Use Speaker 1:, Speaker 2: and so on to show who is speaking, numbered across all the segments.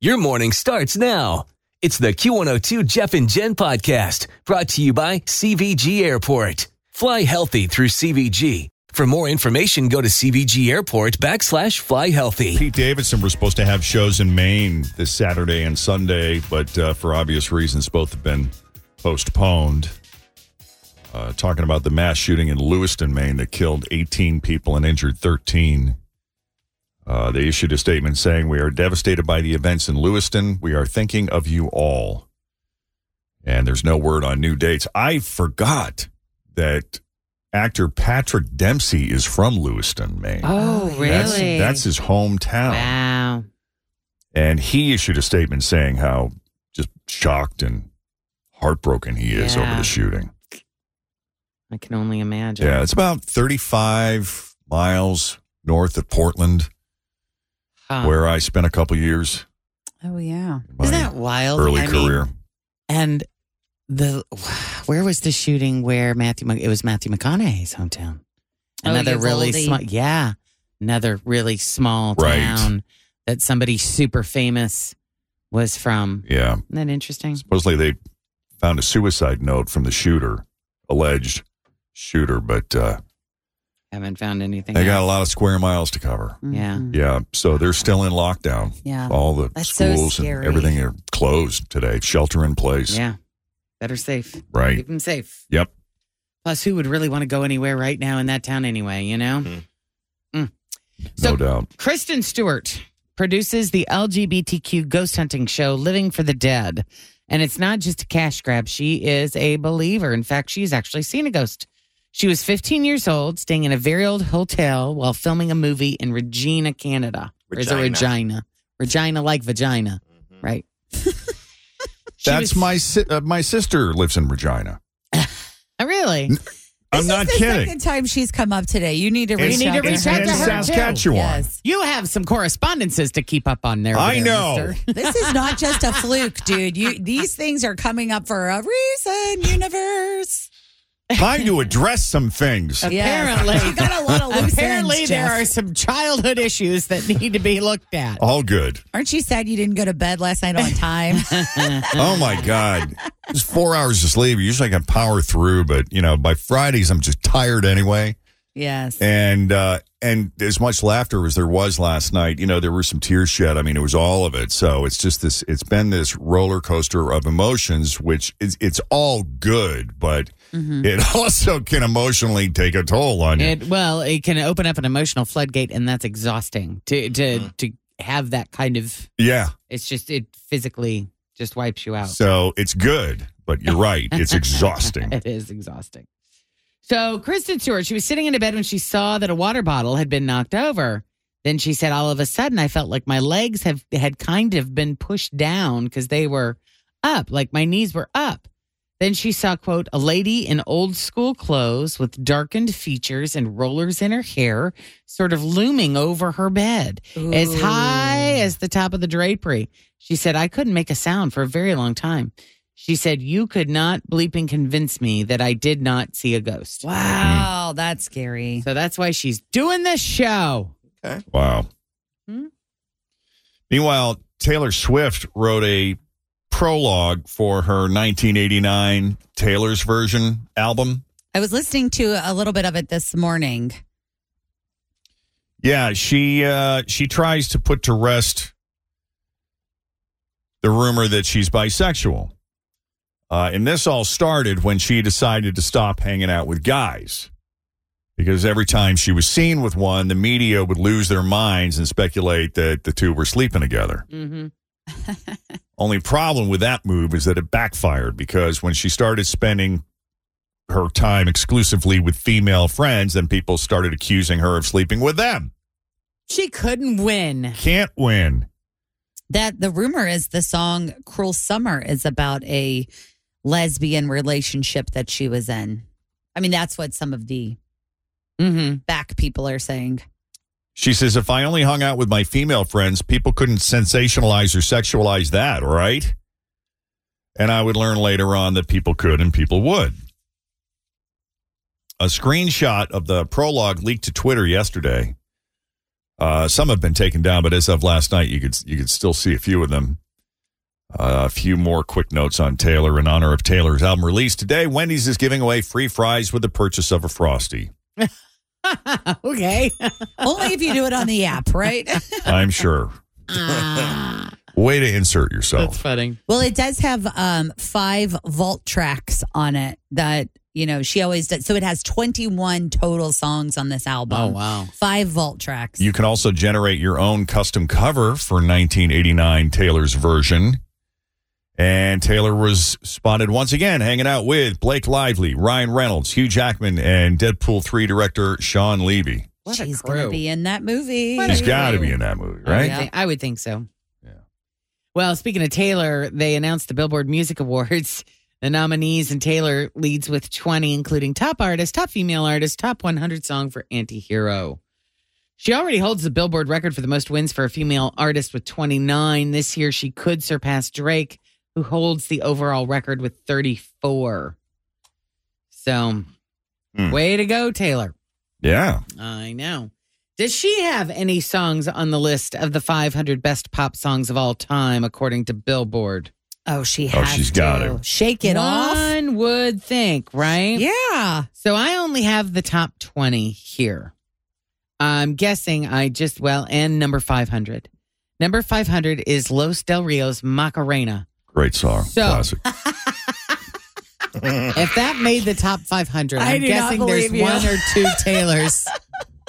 Speaker 1: Your morning starts now. It's the Q102 Jeff and Jen podcast brought to you by CVG Airport. Fly healthy through CVG. For more information, go to CVG Airport backslash fly healthy.
Speaker 2: Pete Davidson were supposed to have shows in Maine this Saturday and Sunday, but uh, for obvious reasons, both have been postponed. Uh, talking about the mass shooting in Lewiston, Maine, that killed 18 people and injured 13. Uh, they issued a statement saying, We are devastated by the events in Lewiston. We are thinking of you all. And there's no word on new dates. I forgot that actor Patrick Dempsey is from Lewiston, Maine.
Speaker 3: Oh, really?
Speaker 2: That's, that's his
Speaker 4: oh.
Speaker 2: hometown.
Speaker 3: wow.
Speaker 2: And he issued a statement saying how just shocked and heartbroken he is over
Speaker 3: Yeah.
Speaker 2: the shooting.
Speaker 3: I can only imagine.
Speaker 2: Yeah, it's about 35 miles north of Portland,
Speaker 3: Huh.
Speaker 2: where I spent a couple years
Speaker 5: Oh yeah.
Speaker 2: in my
Speaker 3: Isn't that wild?
Speaker 2: early
Speaker 3: I mean,
Speaker 2: career.
Speaker 3: and the where was the shooting where Matthew? Mc- It was Matthew McConaughey's hometown.
Speaker 6: Oh,
Speaker 3: Another really
Speaker 6: Uvalde.
Speaker 3: small. Yeah, another really small
Speaker 2: Right.
Speaker 3: town that somebody super famous was from.
Speaker 2: Yeah.
Speaker 3: Isn't that interesting?
Speaker 2: Supposedly they found a suicide note from the shooter, alleged shooter, but uh,
Speaker 3: Haven't found anything.
Speaker 2: they got
Speaker 3: else.
Speaker 2: a lot of square miles to cover.
Speaker 3: Yeah.
Speaker 5: Mhm.
Speaker 2: Yeah. So they're still in lockdown.
Speaker 3: Um,
Speaker 5: Yeah.
Speaker 2: All the
Speaker 6: That's so
Speaker 2: schools and
Speaker 6: scary.
Speaker 2: everything are closed today, shelter in place.
Speaker 3: Yeah, better safe.
Speaker 2: Right.
Speaker 3: Keep them safe.
Speaker 2: Yep.
Speaker 3: Plus, who would really want to go anywhere right now in that town anyway? You know. Mm. So
Speaker 2: Mm-hmm. no doubt.
Speaker 3: Kristen Stewart produces the LGBTQ ghost hunting show Living for the Dead. And it's not just a cash grab. She is a believer. In fact, she's actually seen a ghost. She was 15 years old, staying in a very old hotel while filming a movie in Regina, Canada. Or is it Regina? Regina like vagina, right? She
Speaker 2: Mm-hmm. That's
Speaker 3: was-
Speaker 2: my si- uh, my sister lives in Regina.
Speaker 3: Oh, really?
Speaker 2: I'm
Speaker 5: This
Speaker 2: not
Speaker 5: is the
Speaker 2: kidding.
Speaker 5: Second time she's come up today. You need to
Speaker 2: It's-
Speaker 5: reach
Speaker 3: We need
Speaker 5: out.
Speaker 3: to reach out
Speaker 2: in
Speaker 3: to her, too.
Speaker 2: Saskatchewan.
Speaker 5: Yes.
Speaker 3: You have some correspondences to keep up on there. over
Speaker 2: I
Speaker 3: there,
Speaker 2: know.
Speaker 3: mister.
Speaker 5: This is not just a fluke, dude. You these things are coming up for a reason, universe.
Speaker 2: Time to address some things.
Speaker 3: Apparently.
Speaker 5: Yes. You got a lot of loose
Speaker 3: Apparently,
Speaker 5: ends,
Speaker 3: there
Speaker 5: Jeff.
Speaker 3: are some childhood issues that need to be looked at.
Speaker 2: All good.
Speaker 5: Aren't you sad you didn't go to bed last night on time?
Speaker 2: Oh my God. It's four hours of sleep. Usually I can power through, but you know, by Fridays I'm just tired anyway.
Speaker 5: yes.
Speaker 2: And uh and as much laughter as there was last night, you know, there were some tears shed. I mean, it was all of it. So it's just this it's been this roller coaster of emotions, which is it's all good, but it also can emotionally take a toll on you.
Speaker 3: Mm-hmm. It, well, it can open up an emotional floodgate, and that's exhausting to to to have that kind of.
Speaker 2: yeah.
Speaker 3: It's just it physically just wipes you out.
Speaker 2: So it's good, but you're right. It's exhausting.
Speaker 3: it is exhausting. So Kristen Stewart, she was sitting in a bed when she saw that a water bottle had been knocked over. Then she said, "All of a sudden, I felt like my legs have had kind of been pushed down because they were up, like my knees were up." Then she saw, quote, a lady in old school clothes with darkened features and rollers in her hair, sort of looming over her bed, as high as the top of the drapery. She said, I couldn't make a sound for a very long time. She said, You could not bleep and convince me that I did not see a ghost.
Speaker 5: Wow, Oh, that's scary.
Speaker 3: So that's why she's doing this show.
Speaker 2: Wow.
Speaker 3: Hmm?
Speaker 2: Meanwhile, Taylor Swift wrote a prologue for her 1989 Taylor's version album.
Speaker 5: I was listening to a little bit of it this morning.
Speaker 2: Yeah, she uh, she tries to put to rest the rumor that she's bisexual. Uh, and this all started when she decided to stop hanging out with guys. Because every time she was seen with one, the media would lose their minds and speculate that the two were sleeping together.
Speaker 3: Mm-hmm.
Speaker 2: Only problem with that move is that it backfired because when she started spending her time exclusively with female friends, then people started accusing her of sleeping with them.
Speaker 3: She couldn't win.
Speaker 2: Can't win.
Speaker 5: That the rumor is the song "Cruel Summer" is about a lesbian relationship that she was in. I mean, that's what some of the
Speaker 3: Mm-hmm.
Speaker 5: back people are saying.
Speaker 2: She says, if I only hung out with my female friends, people couldn't sensationalize or sexualize that, all right? And I would learn later on that people could and people would. A screenshot of the prologue leaked to Twitter yesterday. Uh, some have been taken down, but as of last night, you could you could still see a few of them. Uh, a few more quick notes on Taylor in honor of Taylor's album release today. Wendy's is giving away free fries with the purchase of a frosty.
Speaker 3: Mm-hmm. okay.
Speaker 5: Only if you do it on the app, right? Ah.
Speaker 2: I'm sure. Way to insert
Speaker 3: That's
Speaker 2: yourself.
Speaker 3: funny.
Speaker 5: well, it does have um, five vault tracks on it that, you know, she always does. So it has 21 total songs on this album.
Speaker 3: Oh wow.
Speaker 5: Five vault tracks.
Speaker 2: You can also generate your own custom cover for 1989 Taylor's version. And Taylor was spotted once again hanging out with Blake Lively, Ryan Reynolds, Hugh Jackman, and Deadpool 3 director Sean Levy.
Speaker 3: What a
Speaker 5: She's going
Speaker 3: crew.
Speaker 5: to be in that movie.
Speaker 3: What a
Speaker 2: He's got to
Speaker 3: crew.
Speaker 2: be in that movie,
Speaker 3: I would,
Speaker 2: right?
Speaker 5: Yeah.
Speaker 3: think, I would think so.
Speaker 2: Yeah.
Speaker 3: Well, speaking of Taylor, they announced the Billboard Music Awards, the nominees, and Taylor leads with 20, including top artist, top female artist, top 100 song for Antihero. She already holds the Billboard record for the most wins for a female artist with 29. This year, she could surpass Drake, who holds the overall record with 34. So,
Speaker 2: Hmm.
Speaker 3: way to go, Taylor.
Speaker 2: Yeah.
Speaker 3: I know. Does she have any songs on the list of the 500 best pop songs of all time, according to Billboard?
Speaker 5: Oh, she has.
Speaker 2: she's got
Speaker 5: to.
Speaker 2: it.
Speaker 5: Shake it off.
Speaker 3: One would think, right?
Speaker 5: Yeah.
Speaker 3: So I only have the top 20 here. I'm guessing I just, well, and number 500. Number 500 is Los Del Rio's Macarena.
Speaker 2: Great song.
Speaker 3: So-
Speaker 2: Classic.
Speaker 3: If that made the top 500,
Speaker 5: I
Speaker 3: I'm
Speaker 5: do not
Speaker 3: guessing there's
Speaker 5: believe you.
Speaker 3: one or two Taylors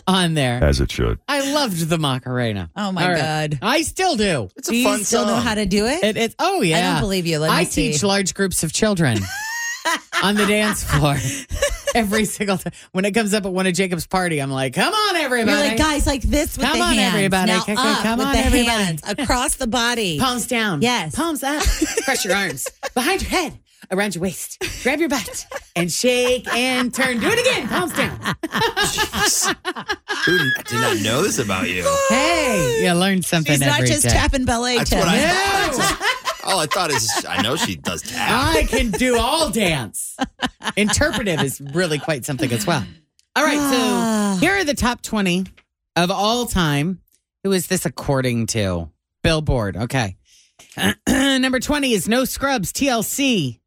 Speaker 3: on there.
Speaker 2: As it should.
Speaker 3: I loved the Macarena.
Speaker 5: Oh, my
Speaker 3: All right.
Speaker 5: God.
Speaker 3: I still do.
Speaker 5: It's a Do you still know how to do it?
Speaker 3: It, it's oh yeah.
Speaker 5: I don't believe you. Let me
Speaker 3: I
Speaker 5: see.
Speaker 3: teach large groups of children on the dance floor every single time. When it comes up at one of Jacob's party, I'm like, "Come on, everybody!"
Speaker 5: You're like, guys, like this with
Speaker 3: Come
Speaker 5: the
Speaker 3: on,
Speaker 5: hands.
Speaker 3: everybody.
Speaker 5: Now
Speaker 3: Come-
Speaker 5: up
Speaker 3: come
Speaker 5: with
Speaker 3: on,
Speaker 5: the
Speaker 3: everybody.
Speaker 5: hands across the body.
Speaker 3: palms down,
Speaker 5: Yes.
Speaker 3: palms up, cross your arms behind your head, around your waist, grab your butt, and shake and turn. Do it again, palms down.
Speaker 6: Who did not know this about you?
Speaker 3: Hey, you learn something
Speaker 5: She's not
Speaker 3: every
Speaker 5: just
Speaker 3: day.
Speaker 5: tapping ballet.
Speaker 6: That's
Speaker 5: Tim.
Speaker 6: what I thought. All I thought is, I know she does tap.
Speaker 3: I can do all dance. Interpretive is really quite something as well. All right, so here are the top 20 of all time. Who is this according to? Billboard. Okay. Number 20 is No Scrubs, TLC,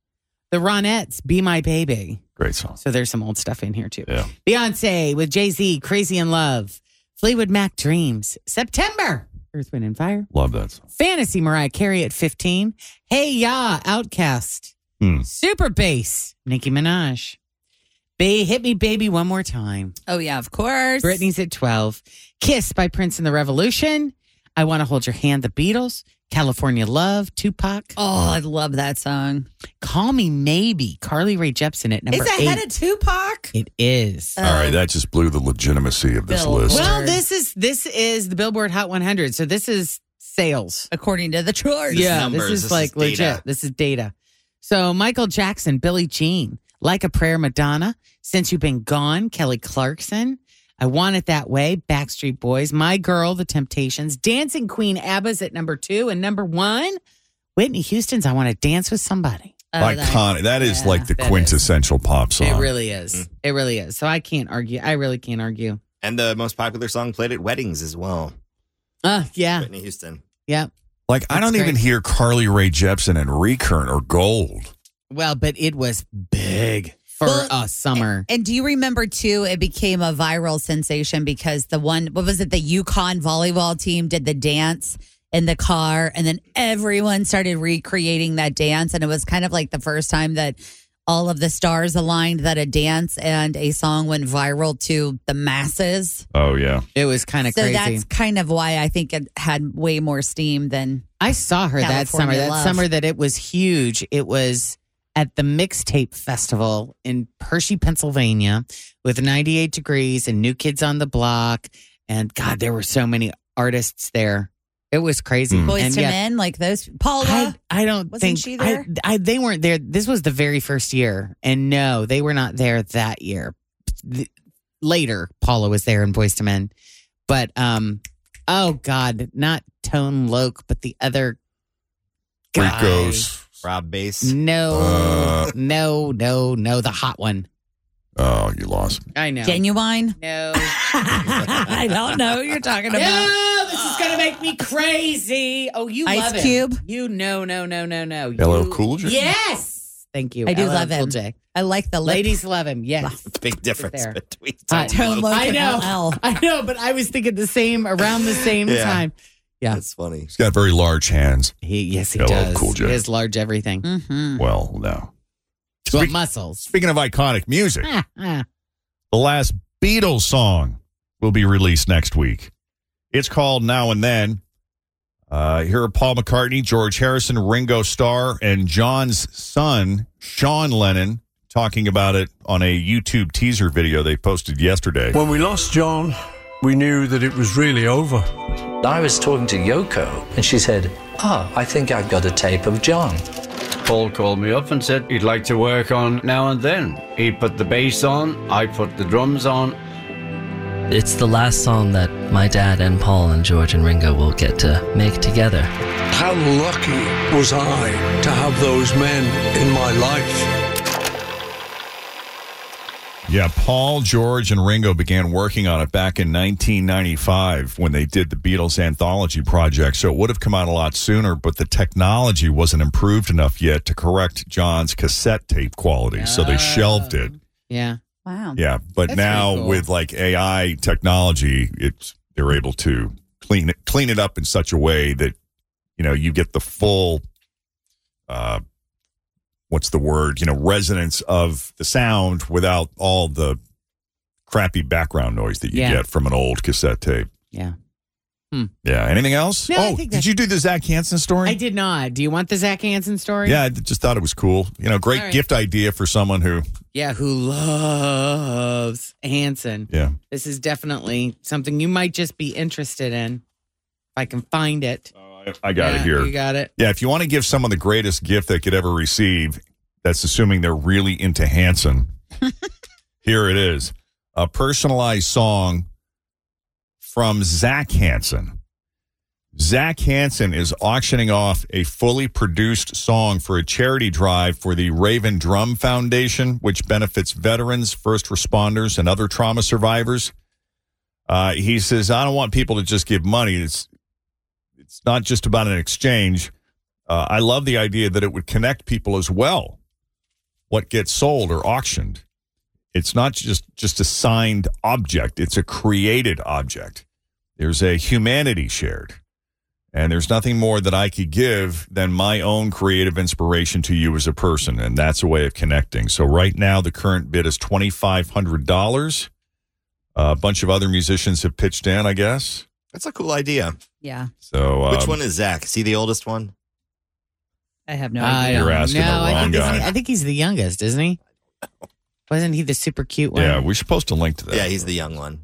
Speaker 3: The Ronettes, Be My Baby.
Speaker 2: Great song.
Speaker 3: So there's some old stuff in here too.
Speaker 2: Yeah.
Speaker 3: Beyonce with Jay Z, Crazy in Love, Fleetwood Mac Dreams, September, Earth, Wind, and Fire.
Speaker 2: Love that song.
Speaker 3: Fantasy Mariah Carey at 15. Hey Ya, Outcast.
Speaker 2: Hmm.
Speaker 3: Super Bass, Nicki Minaj. Bay Hit Me Baby One More Time.
Speaker 5: Oh yeah, of course.
Speaker 3: Britney's at 12. Kiss by Prince and the Revolution. I Want to Hold Your Hand, The Beatles. California Love, Tupac.
Speaker 5: Oh, I love that song.
Speaker 3: Call Me Maybe, Carly Rae Jepsen at number
Speaker 5: It's ahead
Speaker 3: eight.
Speaker 5: of Tupac. Uh,
Speaker 3: it is.
Speaker 2: All right. That just blew the legitimacy of this
Speaker 5: Bill.
Speaker 2: list.
Speaker 3: Well,
Speaker 5: Word.
Speaker 3: this is this is the Billboard Hot 100. So this is sales.
Speaker 5: According to the charts.
Speaker 6: This is
Speaker 3: yeah,
Speaker 6: numbers.
Speaker 3: this
Speaker 6: This
Speaker 3: is
Speaker 6: is
Speaker 3: like
Speaker 6: data.
Speaker 3: legit. This is data. So Michael Jackson, Billie Jean, Like a Prayer, Madonna, Since You've Been Gone, Kelly Clarkson, I Want It That Way, Backstreet Boys, My Girl, The Temptations, Dancing Queen, ABBA's at number two, and number one, Whitney Houston's I Want to Dance with Somebody.
Speaker 5: Oh, that-
Speaker 2: Iconic. That is
Speaker 5: yeah,
Speaker 2: like the
Speaker 3: that is.
Speaker 2: quintessential pop song.
Speaker 3: It really is. It really is. So I can't argue. I really can't argue.
Speaker 6: And the most popular song played at weddings as well.
Speaker 3: Uh, yeah,
Speaker 6: Whitney Houston.
Speaker 3: yeah.
Speaker 2: Like I
Speaker 3: That's
Speaker 2: don't even
Speaker 3: great.
Speaker 2: hear Carly Rae Jepsen and Recurrent or Gold.
Speaker 3: Well, but it was big for
Speaker 5: Well,
Speaker 3: a summer.
Speaker 5: And do you remember too? It became a viral sensation because the one, what was it? The Yukon volleyball team did the dance, in the car. And then everyone started recreating that dance. And it was kind of like the first time that all of the stars aligned that a dance and a song went viral to the masses.
Speaker 2: Oh yeah.
Speaker 3: It was kind of
Speaker 5: so
Speaker 3: crazy.
Speaker 5: that's kind of why I think it had way more steam than
Speaker 3: I saw her that summer.
Speaker 5: California
Speaker 3: That
Speaker 5: Love.
Speaker 3: summer that it was huge. It was at the mixtape festival in Hershey, Pennsylvania, with 98 degrees and New Kids on the Block. And God, there were so many artists there. It was crazy.
Speaker 2: Mm.
Speaker 5: boys
Speaker 3: And
Speaker 5: to
Speaker 3: yeah,
Speaker 5: men, like those. Paula,
Speaker 3: I, I don't
Speaker 5: Wasn't
Speaker 3: think
Speaker 5: she
Speaker 3: I-
Speaker 5: there?
Speaker 3: I, they weren't there. This was the very first year, and no, they were not there that year. Th- Later, Paula was there in Boys to Men, but um, oh god, not Tone Loke, but the other guy.
Speaker 2: Rico's.
Speaker 6: Rob Bass.
Speaker 3: No,
Speaker 2: Uh.
Speaker 3: no, no, no, the hot one.
Speaker 2: Oh, you lost. me.
Speaker 3: I know.
Speaker 5: genuine.
Speaker 3: no.
Speaker 5: I don't know who you're talking about.
Speaker 3: No, this is gonna make me crazy. Oh, you
Speaker 5: Ice
Speaker 3: love him.
Speaker 5: Cube.
Speaker 3: You no, no, no, no, no.
Speaker 2: LL
Speaker 3: You-
Speaker 2: Cool J?
Speaker 3: Yes, thank you.
Speaker 5: I do
Speaker 3: LL
Speaker 5: love him.
Speaker 3: Cool J.
Speaker 5: I like the lip.
Speaker 3: Ladies love him. Yes.
Speaker 6: Big difference
Speaker 3: there.
Speaker 6: between
Speaker 3: I
Speaker 5: Tone Loc
Speaker 3: I
Speaker 5: and
Speaker 3: know.
Speaker 5: LL.
Speaker 3: I know, but I was thinking the same around the same
Speaker 6: Yeah.
Speaker 3: time. Yeah.
Speaker 6: That's funny.
Speaker 2: He's got very large hands.
Speaker 3: He yes, he
Speaker 2: LL
Speaker 3: does.
Speaker 2: Cool J.
Speaker 3: He has large everything.
Speaker 5: Mm-hmm.
Speaker 3: Hmm.
Speaker 2: Well, no.
Speaker 3: Well,
Speaker 2: Speak-
Speaker 3: muscles.
Speaker 2: speaking of iconic music,
Speaker 3: Ah, ah.
Speaker 2: the last Beatles song will be released next week. It's called Now and Then. Uh, here are Paul McCartney, George Harrison, Ringo Starr, and John's son, Sean Lennon, talking about it on a YouTube teaser video they posted yesterday.
Speaker 7: When we lost John, we knew that it was really over.
Speaker 4: I was talking to Yoko, and she said, Ah, I think I've got a tape of John.
Speaker 8: Paul called me up and said he'd like to work on now and then. He put the bass on, I put the drums on.
Speaker 4: It's the last song that my dad and Paul and George and Ringo will get to make together.
Speaker 7: How lucky was I to have those men in my life?
Speaker 2: Yeah, Paul, George, and Ringo began working on it back in 1995 when they did the Beatles anthology project. So it would have come out a lot sooner, but the technology wasn't improved enough yet to correct John's cassette tape quality. So they shelved it.
Speaker 3: Oh. Yeah.
Speaker 5: Wow.
Speaker 2: Yeah, but
Speaker 3: That's
Speaker 2: now
Speaker 3: pretty cool.
Speaker 2: with like AI technology, it's they're able to clean it, clean it up in such a way that you know you get the full, uh, what's the word? You know, resonance of the sound without all the crappy background noise that you
Speaker 3: Yeah.
Speaker 2: get from an old cassette tape.
Speaker 3: Yeah.
Speaker 2: Yeah. Anything else?
Speaker 3: No, I
Speaker 2: oh,
Speaker 3: think
Speaker 2: did
Speaker 3: that's-
Speaker 2: you do the Zach Hansen story?
Speaker 3: I did not. Do you want the Zach Hansen story?
Speaker 2: Yeah, I just thought it was cool. You know, great
Speaker 3: All right.
Speaker 2: gift idea for someone who.
Speaker 3: Yeah, who loves Hansen.
Speaker 2: Yeah.
Speaker 3: This is definitely something you might just be interested in. If I can find it.
Speaker 2: I got
Speaker 3: Yeah,
Speaker 2: it here.
Speaker 3: You got it.
Speaker 2: Yeah, if you want to give someone the greatest gift they could ever receive, that's assuming they're really into Hanson. Here it is a personalized song from Zach Hanson. Zach Hanson is auctioning off a fully produced song for a charity drive for the Raven Drum Foundation, which benefits veterans, first responders, and other trauma survivors. Uh, he says, I don't want people to just give money. It's it's not just about an exchange. Uh, I love the idea that it would connect people as well. What gets sold or auctioned, it's not just just a signed object; it's a created object. There's a humanity shared, and there's nothing more that I could give than my own creative inspiration to you as a person, and that's a way of connecting. So right now, the current bid is twenty five hundred dollars. Uh, a bunch of other musicians have pitched in, I guess.
Speaker 6: That's a cool idea.
Speaker 5: Yeah.
Speaker 2: So um,
Speaker 6: Which one is Zach? Is he the oldest one?
Speaker 5: I have no
Speaker 3: I
Speaker 5: idea.
Speaker 2: You're
Speaker 3: don't
Speaker 2: asking the
Speaker 3: know. I
Speaker 2: wrong
Speaker 3: think he's-
Speaker 2: guy.
Speaker 3: I think he's the youngest, isn't he? Wasn't he the super cute one?
Speaker 2: Yeah, we're supposed to link to that.
Speaker 6: Yeah, he's the young one.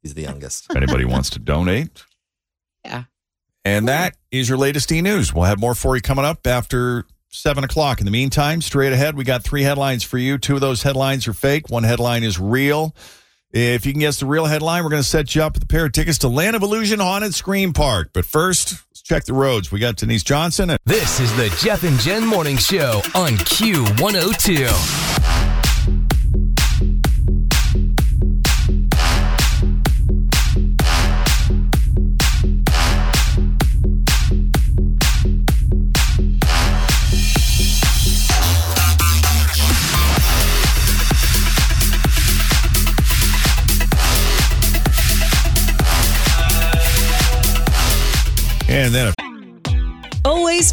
Speaker 6: He's the youngest.
Speaker 2: if anybody wants to donate.
Speaker 3: Yeah.
Speaker 2: And that is your latest e news. We'll have more for you coming up after seven o'clock. In the meantime, straight ahead, we got three headlines for you. Two of those headlines are fake, one headline is real. If you can guess the real headline, we're going to set you up with a pair of tickets to Land of Illusion Haunted Scream Park. But first, let's check the roads. We got Denise Johnson. And-
Speaker 1: This is the Jeff and Jen Morning Show on Q102.
Speaker 2: And
Speaker 9: Always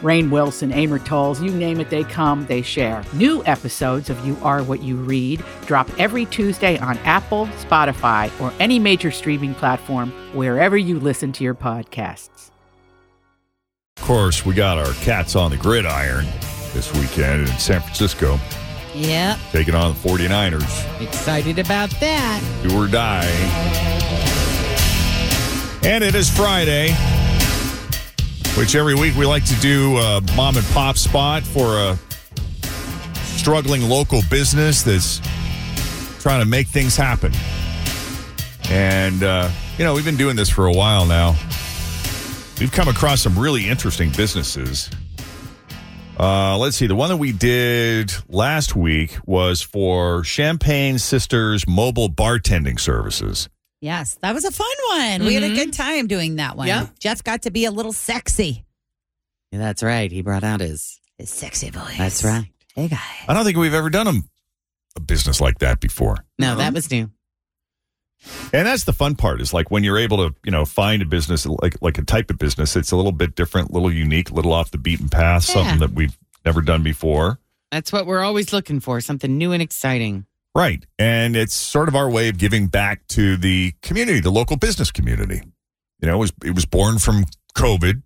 Speaker 10: Rain Wilson, Amor Tolls, you name it, they come, they share. New episodes of You Are What You Read drop every Tuesday on Apple, Spotify, or any major streaming platform wherever you listen to your podcasts.
Speaker 2: Of course, we got our cats on the gridiron this weekend in San Francisco,
Speaker 3: Yep.
Speaker 2: taking on the 49ers.
Speaker 3: Excited about that.
Speaker 2: Do or die. And it is Friday, which every week we like to do a mom and pop spot for a struggling local business that's trying to make things happen. And, uh, you know, we've been doing this for a while now. We've come across some really interesting businesses. Uh, let's see. The one that we did last week was for Champagne Sisters mobile bartending services.
Speaker 5: Yes, that was a fun one. We had a good time doing that one.
Speaker 3: Yeah.
Speaker 5: Jeff got to be a little sexy.
Speaker 3: Yeah, that's right. He brought out his.
Speaker 5: His sexy voice.
Speaker 3: That's right.
Speaker 5: Hey, guy.
Speaker 2: I don't think we've ever done a, a business like that before.
Speaker 3: No, that was new.
Speaker 2: And that's the fun part is like when you're able to, you know, find a business like like a type of business, it's a little bit different, a little unique, a little off the beaten path, something
Speaker 3: Yeah.
Speaker 2: that we've never done before.
Speaker 3: That's what we're always looking for something new and exciting.
Speaker 2: Right. And it's sort of our way of giving back to the community, the local business community. You know, it was it was born from COVID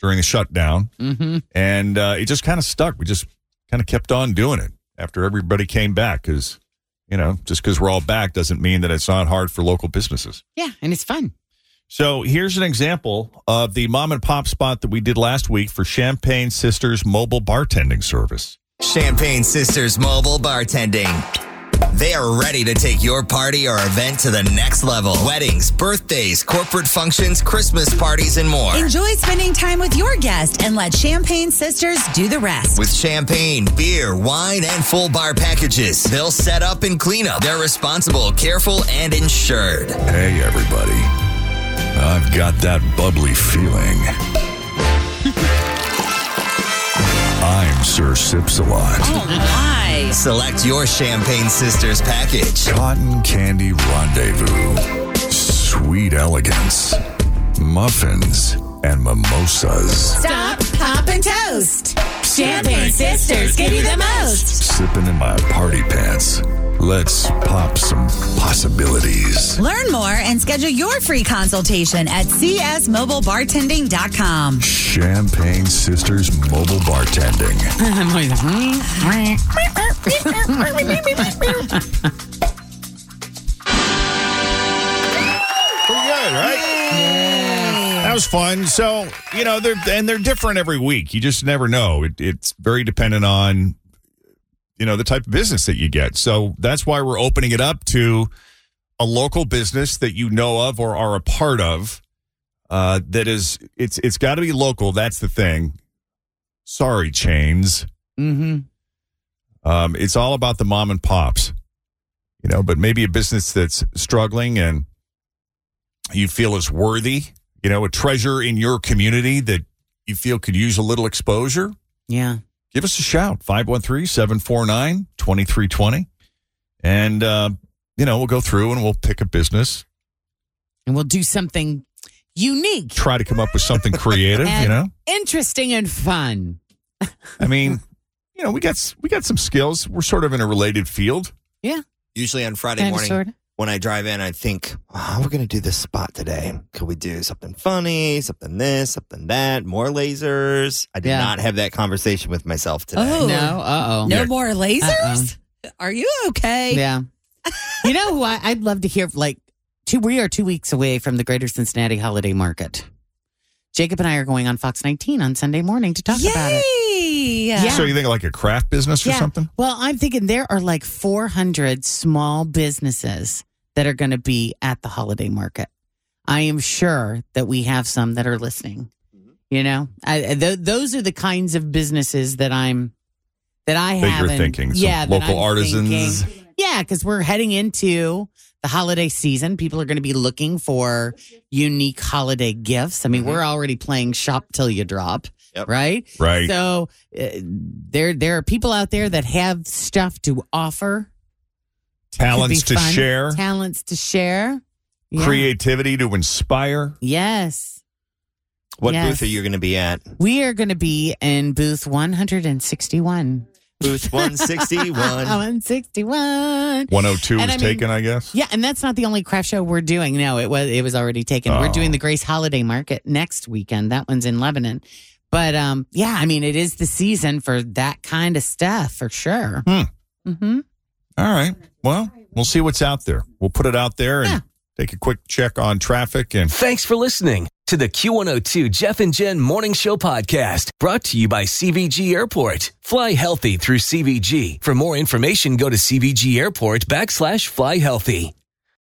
Speaker 2: during the shutdown.
Speaker 3: Mm-hmm.
Speaker 2: and uh, it just kind of stuck. We just kind of kept on doing it after everybody came back because you know just because we're all back doesn't mean that it's not hard for local businesses.
Speaker 3: Yeah, and it's fun.
Speaker 2: So here's an example of the mom and pop spot that we did last week for Champagne Sisters Mobile Bartending Service.
Speaker 11: Champagne Sisters Mobile Bartending. They are ready to take your party or event to the next level. Weddings, birthdays, corporate functions, Christmas parties, and more.
Speaker 5: Enjoy spending time with your guest and let Champagne Sisters do the rest.
Speaker 11: With champagne, beer, wine, and full bar packages, they'll set up and clean up. They're responsible, careful, and insured.
Speaker 2: Hey everybody, I've got that bubbly feeling. I'm Sir Sips a Lot.
Speaker 5: Oh my.
Speaker 11: Select your Champagne Sisters package.
Speaker 2: Cotton candy rendezvous, sweet elegance, muffins, and mimosas.
Speaker 5: Stop, pop, and toast. Champagne Sisters give you the most.
Speaker 2: Sipping in my party pants. Let's pop some possibilities.
Speaker 5: Learn more and schedule your free consultation at csmobilebartending.com.
Speaker 2: Champagne Sisters Mobile Bartending.
Speaker 3: "Hmm?"
Speaker 2: Pretty good, right? That was fun. So you know, they're and they're different every week. You just never know. It, it's very dependent on you know the type of business that you get. So that's why we're opening it up to a local business that you know of or are a part of. Uh, that is, it's it's got to be local. That's the thing. Sorry, chains.
Speaker 3: Mm-hmm.
Speaker 2: Um, it's all about the mom and pops, you know, but maybe a business that's struggling and you feel is worthy, you know, a treasure in your community that you feel could use a little exposure.
Speaker 3: Yeah.
Speaker 2: Give us a shout, 513 749 2320. And, uh, you know, we'll go through and we'll pick a business,
Speaker 3: And we'll do something unique,
Speaker 2: try to come up with something creative, you know?
Speaker 3: interesting, and fun.
Speaker 2: I mean, you know, we got s- we got some skills. We're sort of in a related field.
Speaker 3: Yeah.
Speaker 6: Usually on Friday
Speaker 3: Kinda,
Speaker 6: morning
Speaker 3: sorta.
Speaker 6: when I drive in, I think, oh, we're going to do this spot today. Could we do something funny, something this, something that, more lasers? I did
Speaker 3: Yeah.
Speaker 6: not have that conversation with myself today.
Speaker 5: Oh,
Speaker 3: No, uh oh.
Speaker 5: no more lasers? Are you okay?
Speaker 3: Yeah. you know who I, I'd love to hear like two we are two weeks away from the Greater Cincinnati Holiday Market. Jacob and I are going on Fox 19 on Sunday morning to talk about it.
Speaker 5: Yay.
Speaker 3: Yeah.
Speaker 2: So you think like a craft business or
Speaker 3: Yeah.
Speaker 2: something?
Speaker 3: Well, I'm thinking there are like 400 small businesses that are going to be at the holiday market. I am sure that we have some that are listening. You know, I, th- those are the kinds of businesses that I'm that I
Speaker 2: That
Speaker 3: have.
Speaker 2: you're
Speaker 3: and-
Speaker 2: thinking, some
Speaker 3: yeah, that
Speaker 2: local
Speaker 3: I'm
Speaker 2: artisans.
Speaker 3: thinking. Yeah, because we're heading into the holiday season. People are going to be looking for unique holiday gifts. I mean, we're already playing shop till you drop, right?
Speaker 2: Right.
Speaker 3: So uh, there, there are people out there that have stuff to offer, Could be
Speaker 2: Talents to
Speaker 3: fun.
Speaker 2: share,
Speaker 3: talents to share. Yeah.
Speaker 2: creativity to inspire.
Speaker 3: Yes.
Speaker 6: What
Speaker 3: Yes.
Speaker 6: booth are you going to be at?
Speaker 3: We are going to be in booth 161.
Speaker 6: Booth 161.
Speaker 3: 161.
Speaker 2: 102
Speaker 3: And
Speaker 2: is
Speaker 3: I mean-
Speaker 2: taken, I guess.
Speaker 3: Yeah, and that's not the only craft show we're doing. No, it was it was already taken. We're
Speaker 2: Oh.
Speaker 3: doing the Grace Holiday Market next weekend. That one's in Lebanon. But um yeah, I mean it is the season for that kind of stuff for sure.
Speaker 2: Hmm.
Speaker 5: Mm-hmm.
Speaker 3: Mhm.
Speaker 2: All right. Well, we'll see what's out there. We'll put it out there and take a quick check on traffic and
Speaker 1: Thanks for listening to the Q102 Jeff and Jen Morning Show Podcast, brought to you by CVG Airport. Fly healthy through CVG. For more information, go to CVG Airport backslash fly healthy.